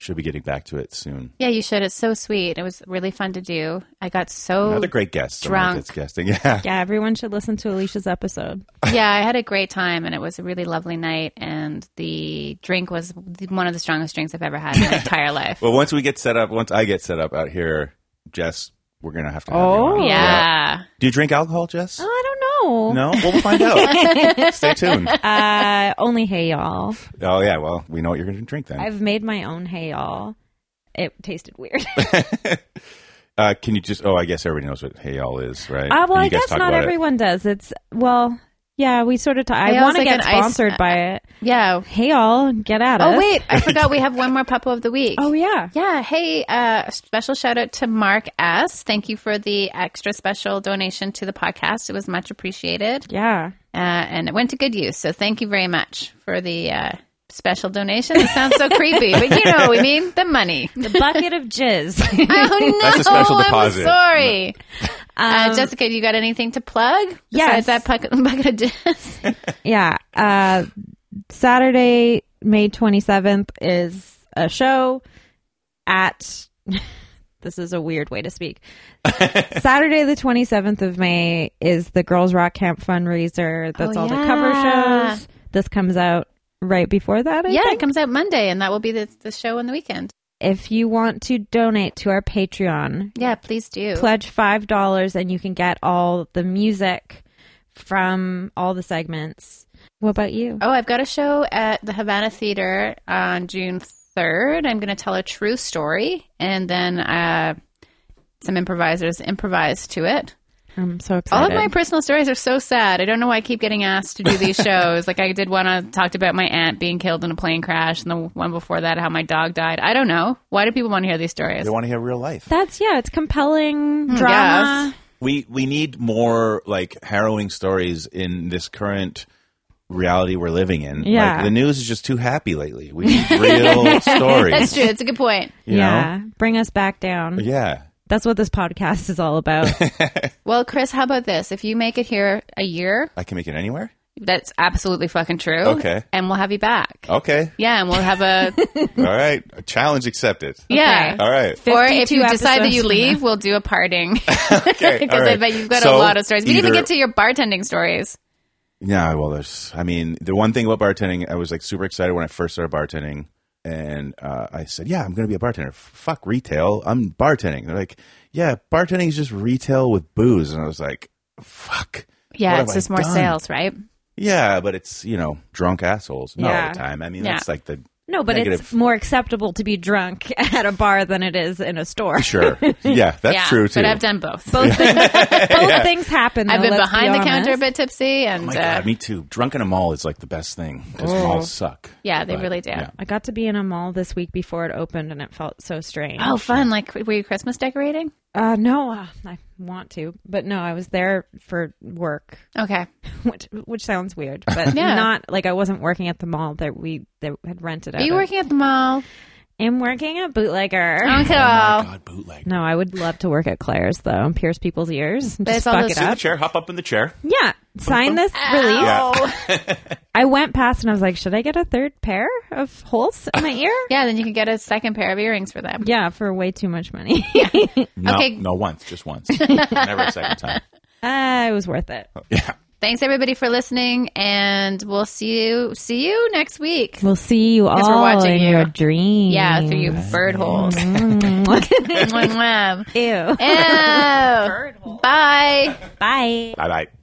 should be getting back to it soon.
Yeah, you should. It's so sweet. It was really fun to do. I got so
Another great guest.
drunk.
Someone that's guesting. Yeah.
Yeah, everyone should listen to Alicia's episode.
yeah. I had a great time, and it was a really lovely night. And the drink was the- one of the strongest drinks I've ever had in my entire life.
Well, once we get set up, once I get set up out here, Jess, we're gonna have to. Have
Oh.
you on.
Yeah.
Do you drink alcohol, Jess?
I don't know.
No. Well, we'll find out. Stay tuned.
Uh, only hey y'all.
Oh yeah. Well, we know what you're gonna drink then.
I've made my own hey y'all. It tasted weird.
Uh, can you just? Oh, I guess everybody knows what Hey All is, right?
Uh, well,
You
I
guys
guess
talk
not
about it.
everyone does. It's well, yeah. We sort of. T- I
Hey All's
want to
like
get
an ice-
sponsored by it.
Yeah.
Hey y'all, get at us.
Oh, wait. I forgot we have one more Puppo of the Week.
Oh yeah.
Yeah. Hey, uh, a special shout out to Mark S. Thank you for the extra special donation to the podcast. It was much appreciated.
Yeah.
Uh, and it went to good use. So thank you very much for the uh, special donation. It sounds so creepy, but you know what we mean the money.
The bucket of jizz.
Oh, no.
That's a special
I'm
deposit.
sorry. uh, Jessica, you got anything to plug? Besides
Yes.
that bucket, bucket of jizz?
yeah. Uh, Saturday, May 27th is a show at. this is a weird way to speak. Saturday, the 27th of May is the Girls Rock Camp fundraiser. That's
Oh,
all the
yeah.
cover shows. This comes out right before that. I
yeah, it
think.
comes out Monday, and that will be the, the show on the weekend.
If you want to donate to our Patreon,
Yeah, please do.
pledge five dollars and you can get all the music from all the segments. What about you?
Oh, I've got a show at the Havana Theater on June 3rd. I'm going to tell a true story and then uh, some improvisers improvise to it.
I'm so
All
excited.
of my personal stories are so sad. I don't know why I keep getting asked to do these shows. like I did one I talked about my aunt being killed in a plane crash and the one before that how my dog died. I don't know. Why do people want to hear these stories?
They want to hear real life.
That's yeah, it's
Hmm.
compelling drama.
We we need more like harrowing stories in this current reality we're living in.
Yeah.
Like, the news is just too happy lately. We need real stories.
That's true. That's a good point.
you know?
yeah. Bring us back down.
Yeah.
That's what this podcast is all about.
Well, Chris, how about this? If you make it here a year,
I can make it anywhere.
that's absolutely fucking true.
Okay.
And we'll have you back.
Okay.
Yeah, and we'll have a
All right. Challenge accepted.
yeah.
All right.
Or if
52
you decide that
episodes
you
from
leave, we'll do a parting because
Okay. all
I
right.
bet you've got a
So,
lot of stories. We didn't even
either-
get to your bartending stories.
Yeah, well, there's. I mean, the one thing about bartending, I was like super excited when I first started bartending, and uh, I said, "Yeah, I'm going to be a bartender. F- Fuck retail, I'm bartending." They're like, "Yeah, bartending is just retail with booze," and I was like, "Fuck."
Yeah,
what
it's
have
just
I
more
done?
sales, right?
Yeah, but it's you know drunk assholes not all
Yeah.
the time. I mean,
Yeah.
that's like the
No, but it's
negative-
more acceptable to be drunk at a bar than it is in a store.
sure. Yeah, that's
yeah,
true too.
But I've done both.
Both, things, both things happen. Though,
I've been
let's be
behind the counter a
honest.
bit tipsy, and
Oh my
uh,
god, me too. Drunk in a mall is like the best thing because
Oh.
malls suck.
yeah, they
But,
really do.
yeah.
I got to be in a mall this week before it opened, and it felt so strange.
Oh, fun! Like, were you Christmas decorating?
uh, no, uh, I want to, but no, I was there for work,
Okay,
which which sounds weird, but
Yeah.
not like I wasn't working at the mall that we that had rented.
are you working at the mall?
I'm working at bootlegger.
Okay,
Oh my god, bootleg.
No, I would love to work at Claire's though, and pierce people's ears, and
But
just
it's all
fuck
those-
it
Sit in the
up.
chair. Hop up in the chair.
Yeah, sign this release.
yeah.
I went past and I was like, should I get a third pair of holes in my ear?
yeah, then you can get a second pair of earrings for them.
yeah, for way too much money.
No,
Okay.
no, once, just once. Never a second time.
uh, it was worth it.
Yeah.
Thanks everybody for listening, and we'll see you see you next week.
We'll see you all
we're watching
in
you.
your dreams.
Yeah, through your bird holes. Mwah, mwah.
Ew.
Ew. Bye.
Bye.
Bye bye.